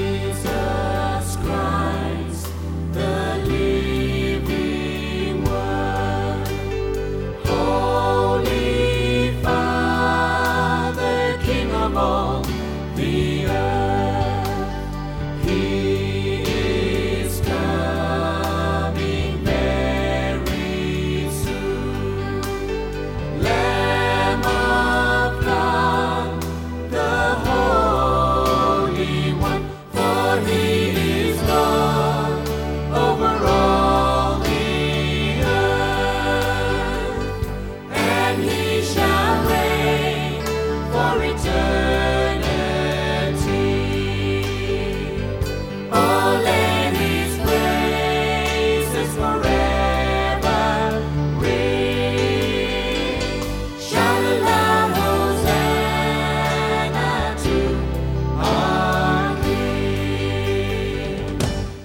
Jesus Christ, the living Word, Holy Father, King of all the earth, He is coming very soon. Lamb of God, the Holy One, for He is God over all the earth, and He shall reign for eternity. All in His praises forever ring. Shout aloud, Hosanna to our King.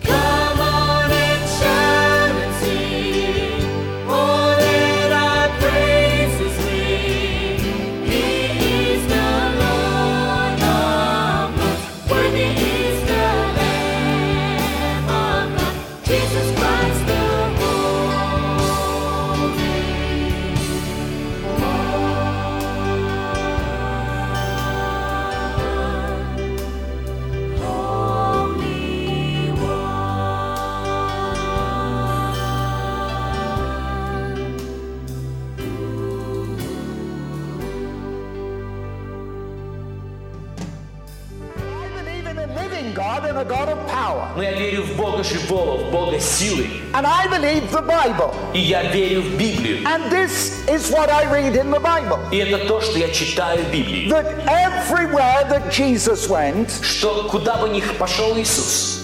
Come on and shout and sing, for let our praises ring. He is the Lord of Lords, worthy is the Lamb of God, Jesus Christ the Holy. Holy One. I believe in a living God and a God of power. Но я верю в Бога живого, в Бога силы. And I believe the Bible. И я верю в Библию. And this is what I read in the Bible. И это то, что я читаю в Библии. That everywhere that Jesus went, Что куда бы ни пошел Иисус,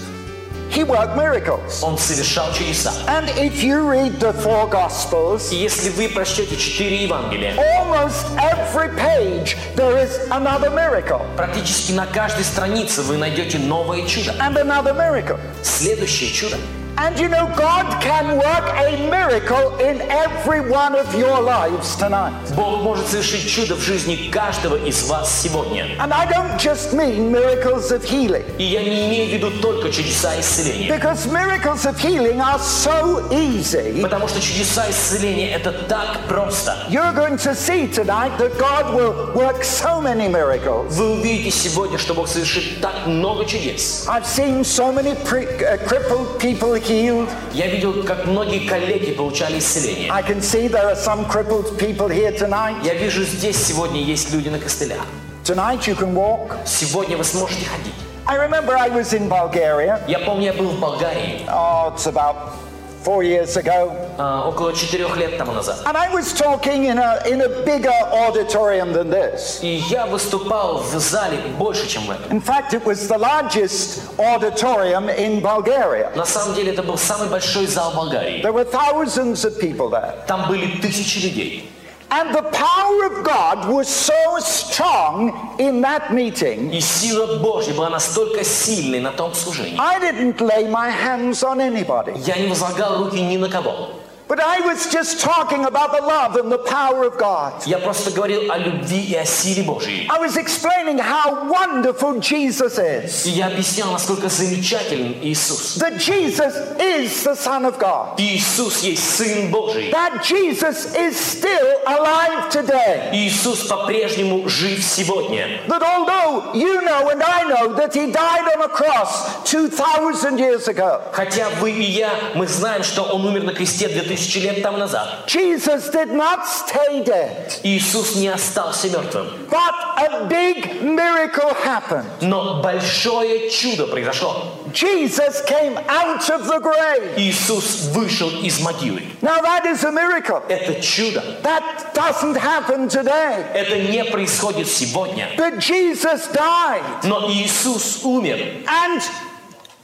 he worked miracles. Он совершал чудеса. And if you read the four Gospels, И если вы прочтете четыре Евангелия, almost every page there is another miracle практически на каждой странице вы найдете новое чудо. and another miracle. Следующее чудо. And you know, God can work a miracle in every one of your lives tonight. Бог может совершить чудо в жизни каждого из вас сегодня. And I don't just mean miracles of healing. И я не имею в виду только чудеса исцеления. Because miracles of healing are so easy, Потому что чудеса исцеления это так просто. you're going to see tonight that God will work so many miracles. Вы увидите сегодня, что Бог совершит так много чудес. I've seen so many pre- uh, crippled people healed. Я видел, как многие коллеги получали исцеление. I can see there are some crippled people here tonight. Я вижу, здесь сегодня есть люди на костылях. Tonight you can walk. Сегодня вы сможете ходить. I remember I was in Bulgaria, Я помню, я был в Болгарии oh, it's about four years ago, а, около четырех лет тому назад. and I was talking in a, in a bigger auditorium than this. И я выступал в зале больше, чем в этом. In fact, it was the largest auditorium in Bulgaria. На самом деле, это был самый большой зал Болгарии. There were thousands of people there. Там были тысячи людей. And the power of God was so strong in that meeting, И сила Божья была настолько сильной на том служении. I didn't lay my hands on anybody. Я не возлагал руки ни на кого. But I was just talking about the love and the power of God. Я просто говорил о любви и о силе Божьей. I was explaining how wonderful Jesus И is. я объяснял, насколько замечателен Иисус. That Jesus is the Son of God. Иисус есть Сын Божий. That Jesus is still alive today. Иисус по-прежнему жив сегодня. That although you know and I know that he died on a cross 2,000 years ago, Хотя вы и я, мы знаем, что Он умер на кресте 2000 лет тому назад. Jesus did not stay dead. Иисус не остался мертвым. But a big miracle happened. Но большое чудо произошло. Jesus came out of the grave. Иисус вышел из могилы. Now that is a miracle. Это чудо. That doesn't happen today. Это не происходит сегодня. But Jesus died. Но Иисус умер. And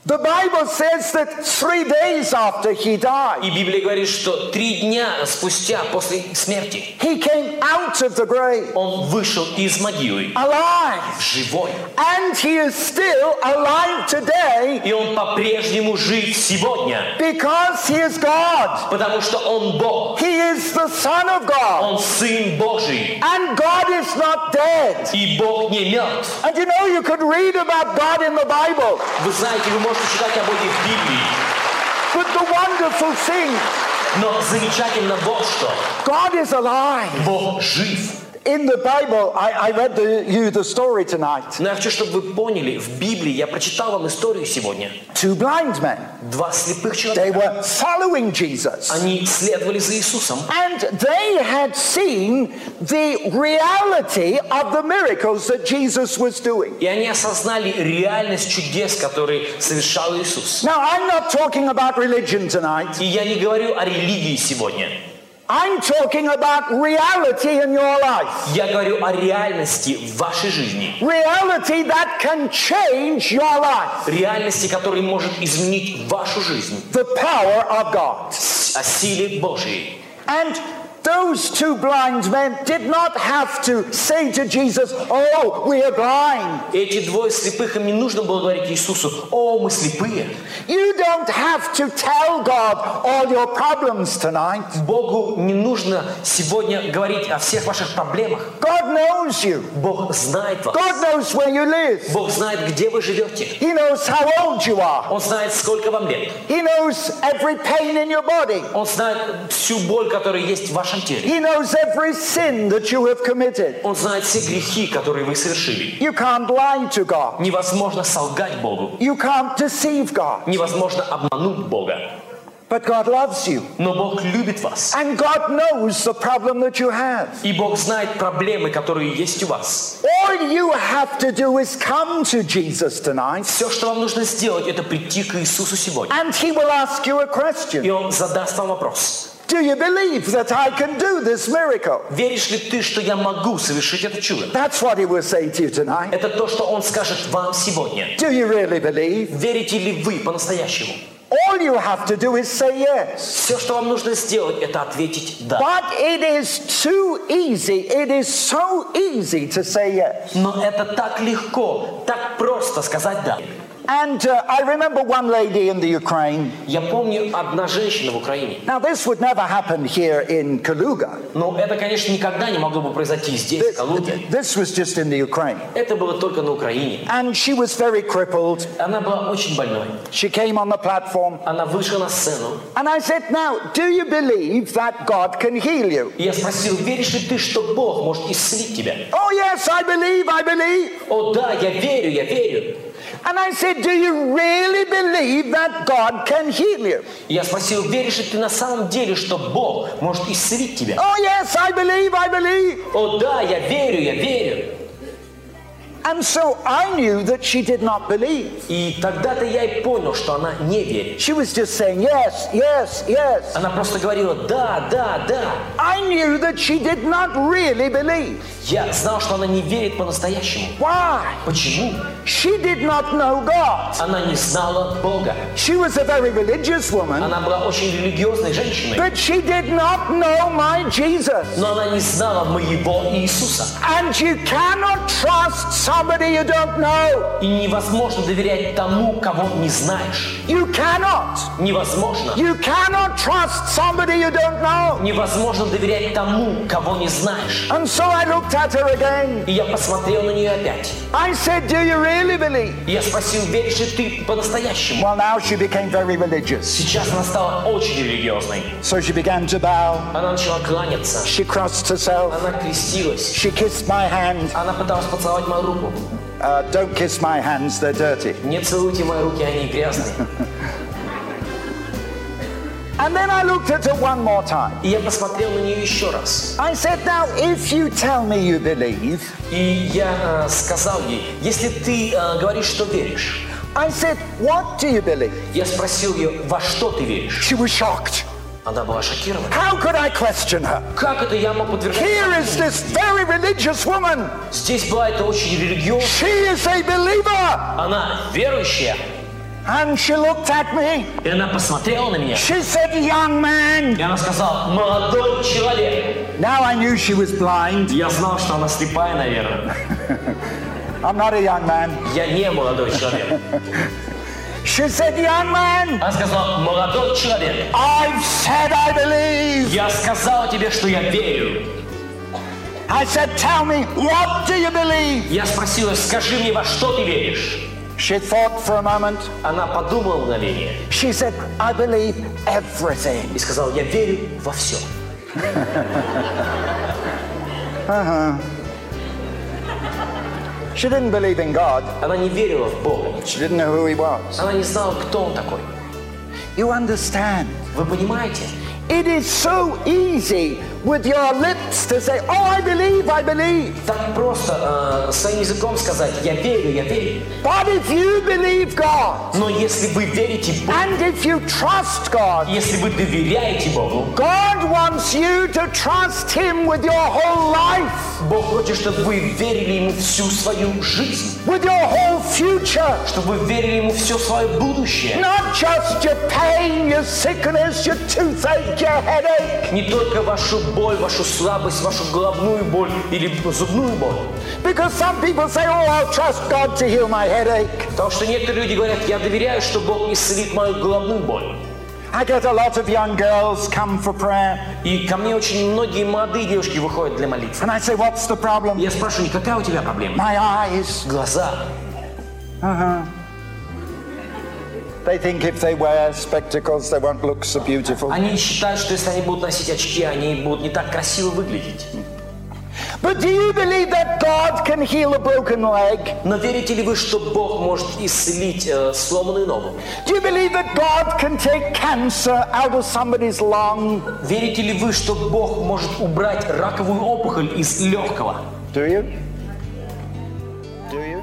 The Bible says that three days after he И died, Библия говорит, что три дня спустя после смерти he came out of the grave он вышел из могилы alive. живой. And he is still alive today И он по-прежнему жив сегодня, because he is God. потому что он Бог. He is the Son of God. А Он Сын Божий. And God is not dead. И Бог не мертв. And you know, you could read about God in the Bible, Вы знаете, вы можете читать о Боге в Библии, but the wonderful thing но замечательно вот что. God is alive. Бог жив. In the Bible, I, I read the, you the story tonight. Но я хочу, чтобы вы поняли, в Библии я прочитал вам историю сегодня. Two blind men, Два слепых they человека. were following Jesus. Они следовали за Иисусом. And they had seen the reality of the miracles that Jesus was doing. И они осознали реальность чудес, которые совершал Иисус. Now, I'm not talking about religion tonight. И я не говорю о религии сегодня. I'm talking about reality in your life. Я говорю о реальности в вашей жизни. Reality that can change your life. Реальности, которая может изменить вашу жизнь. The power of God. С- О силе Божьей. And those two blind men did not have to say to Jesus, Oh, we are blind. Эти двое слепых, им не нужно было говорить Иисусу, «О, мы слепые». You don't have to tell God all your problems tonight. Богу не нужно сегодня говорить о всех ваших проблемах. God knows you. Бог знает вас. God knows where you live. Бог знает, где вы живете. He knows how old you are. Он знает, сколько вам лет. He knows every pain in your body. Он знает всю боль, которая есть в вашем теле. He knows every sin that you have committed. Он знает все грехи, которые вы совершили. You can't lie to God. Невозможно солгать Богу. You can't deceive God. Невозможно обмануть Бога. But God loves you. Но Бог любит вас. And God knows the problem that you have. И Бог знает проблемы, которые есть у вас. All you have to do is come to Jesus tonight, Все, что вам нужно сделать, это прийти к Иисусу сегодня. and He will ask you a И question Он задаст вам вопрос. Do you believe that I can do this miracle? Веришь ли ты, что я могу совершить это чудо? That's what He will say to you tonight. Это то, что Он скажет вам сегодня. Do you really believe? Верите ли вы по-настоящему? All you have to do is say yes. Все, что вам нужно сделать, это ответить «да». But it is too easy. It is so easy to say yes. Но это так легко, так просто сказать «да». And uh, I remember one lady in the Ukraine. Я помню одна женщина в Украине. Now, this would never happen here in Kaluga. Но это, конечно, никогда не могло бы произойти здесь, в This, Калуге. this was just in the Ukraine. Это было только на Украине. And she was very crippled. Она была очень больной. She came on the platform. Она вышла на сцену. And I said, Now, do you believe that God can heal you? И я спросил, веришь ли ты, что Бог может исцелить тебя? Oh, yes, I believe, I believe. О, да, я верю, я верю. And I said, Do you really believe that God can heal you? И я спросил, веришь ли ты на самом деле, что Бог может исцелить тебя? Oh, yes, I believe, I believe. О, да, я верю, я верю. And so I knew that she did not believe. И тогда-то я и понял, что она не верит. She was just saying, yes, yes, yes. Она просто говорила «да, да, да». I knew that she did not really believe. Я знал, что она не верит по-настоящему. Why? Почему? She did not know God. Она не знала Бога. She was a very religious woman, Она была очень религиозной женщиной, but she did not know my Jesus. но она не знала моего Иисуса. And you cannot trust somebody you don't know. И невозможно доверять тому, кого не знаешь. You cannot. Невозможно. You cannot trust somebody you don't know. Невозможно доверять тому, кого не знаешь. And so I looked at her again. И я посмотрел на нее опять. I said, Do you really believe? И Я спросил, веришь ли ты по-настоящему? Well, now she became very religious. Сейчас она стала очень религиозной. So she began to bow. Она начала кланяться. She crossed herself. Она крестилась. She kissed my hand. Она пыталась поцеловать мою руку. Uh, don't kiss my hands, they're dirty. Не целуйте мои руки, они грязные. And then I looked at her one more time. И я посмотрел на нее еще раз. I said, Now, if you tell me you believe, И я э, сказал ей, если ты э, говоришь, что веришь, I said, What do you believe? я спросил ее, во что ты веришь? She was shocked. Она была шокирована. How could I question her? Как это я мог подтвердить? Here is this very religious woman. Здесь была это очень религиозная. She is a believer. Она верующая. And she looked at me. И она посмотрела на меня. She said, Young man. И она сказала, молодой человек. Now I knew she was blind. Я знал, что она слепая, наверное. I'm not a young man. Я не молодой человек. She said, Young man, Она сказала, молодой человек. I've said I believe. Я сказала тебе, что я верю. I said, Tell me, what do you believe? Я спросила, скажи мне, во что ты веришь? She thought for a moment. Она подумала мгновение She said, I believe everything. и сказала, я верю во все. She didn't believe in God. Она не верила в Бога. She didn't know who he was. Она не знала, кто он такой. You understand? Вы понимаете? It is so easy with your lips to say, Oh, I believe, I believe. Так просто э, своим языком сказать, я верю, я верю. But if you believe God, Но если вы верите Богу, and if you trust God, если вы доверяете Богу, God wants you to trust him with your whole life, Бог хочет, чтобы вы верили Ему всю свою жизнь, with your whole future. чтобы вы верили Ему все свое будущее. Not just your pain, your sickness, your toothache, your headache. Не только вашу боль, вашу слабость, вашу головную боль или зубную боль. Because some people say, Oh, I'll trust God to heal my headache. Потому что некоторые люди говорят, я доверяю, что Бог исцелит мою головную боль. I get a lot of young girls come for prayer, И ко мне очень многие молодые девушки выходят для молитвы. and I say, What's the problem? Я спрашиваю, какая у тебя проблема? My eyes. Глаза. They think if they wear spectacles, they won't look so beautiful. Они считают, что если они будут носить очки, они будут не так красиво выглядеть. But do you believe that God can heal a broken leg? Но верите ли вы, что Бог может исцелить э, сломанную ногу? Do you believe that God can take cancer out of somebody's lung? Верите ли вы, что Бог может убрать раковую опухоль из легкого? Do you? Do you?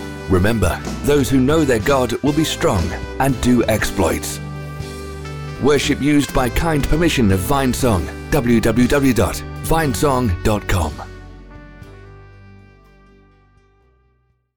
Remember, those who know their God will be strong and do exploits. Worship used by kind permission of Vinesong. www.vinesong.com.